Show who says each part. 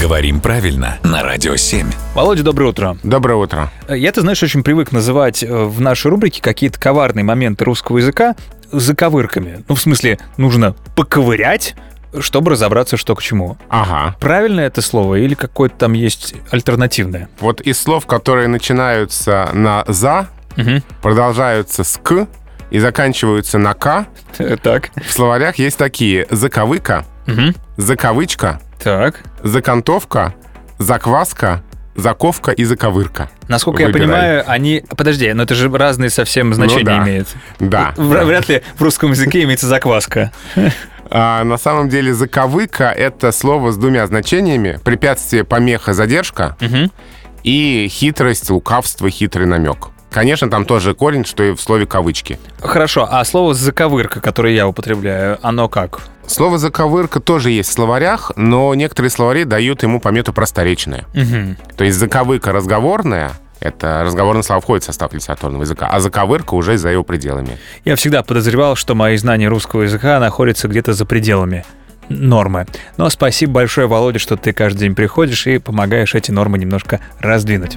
Speaker 1: Говорим правильно на Радио 7.
Speaker 2: Володя, доброе утро.
Speaker 3: Доброе утро.
Speaker 2: Я, ты знаешь, очень привык называть э, в нашей рубрике какие-то коварные моменты русского языка заковырками. Ну, в смысле, нужно поковырять, чтобы разобраться, что к чему.
Speaker 3: Ага.
Speaker 2: Правильно это слово или какое-то там есть альтернативное?
Speaker 3: Вот из слов, которые начинаются на «за»,
Speaker 2: Мгм.
Speaker 3: продолжаются с «к» и заканчиваются на «к»,
Speaker 2: Э, Так.
Speaker 3: в словарях есть такие «заковыка»,
Speaker 2: Мгм.
Speaker 3: «закавычка»,
Speaker 2: Так.
Speaker 3: «закантовка», «закваска», «заковка» и «заковырка».
Speaker 2: Насколько я
Speaker 3: Выбирай. Ну
Speaker 2: понимаю, они... Подожди, но это же разные совсем значения
Speaker 3: да.
Speaker 2: имеют.
Speaker 3: Да.
Speaker 2: Вра- Вряд ли в русском языке имеется закваска.
Speaker 3: А, на самом деле «заковыка» — это слово с двумя значениями. Препятствие, помеха, задержка.
Speaker 2: Мгм.
Speaker 3: И хитрость, лукавство, хитрый намек. Конечно, там тоже корень, что и в слове «кавычки».
Speaker 2: Хорошо, а слово «заковырка», которое я употребляю, оно как?
Speaker 3: Слово «заковырка» тоже есть в словарях, но некоторые словари дают ему помету просторечное.
Speaker 2: Мгм.
Speaker 3: То есть заковыка разговорная, это разговорное слово входит в состав литературного языка, а заковырка уже за его пределами.
Speaker 2: Я всегда подозревал, что мои знания русского языка находятся где-то за пределами нормы. Но спасибо большое, Володя, что ты каждый день приходишь и помогаешь эти нормы немножко раздвинуть.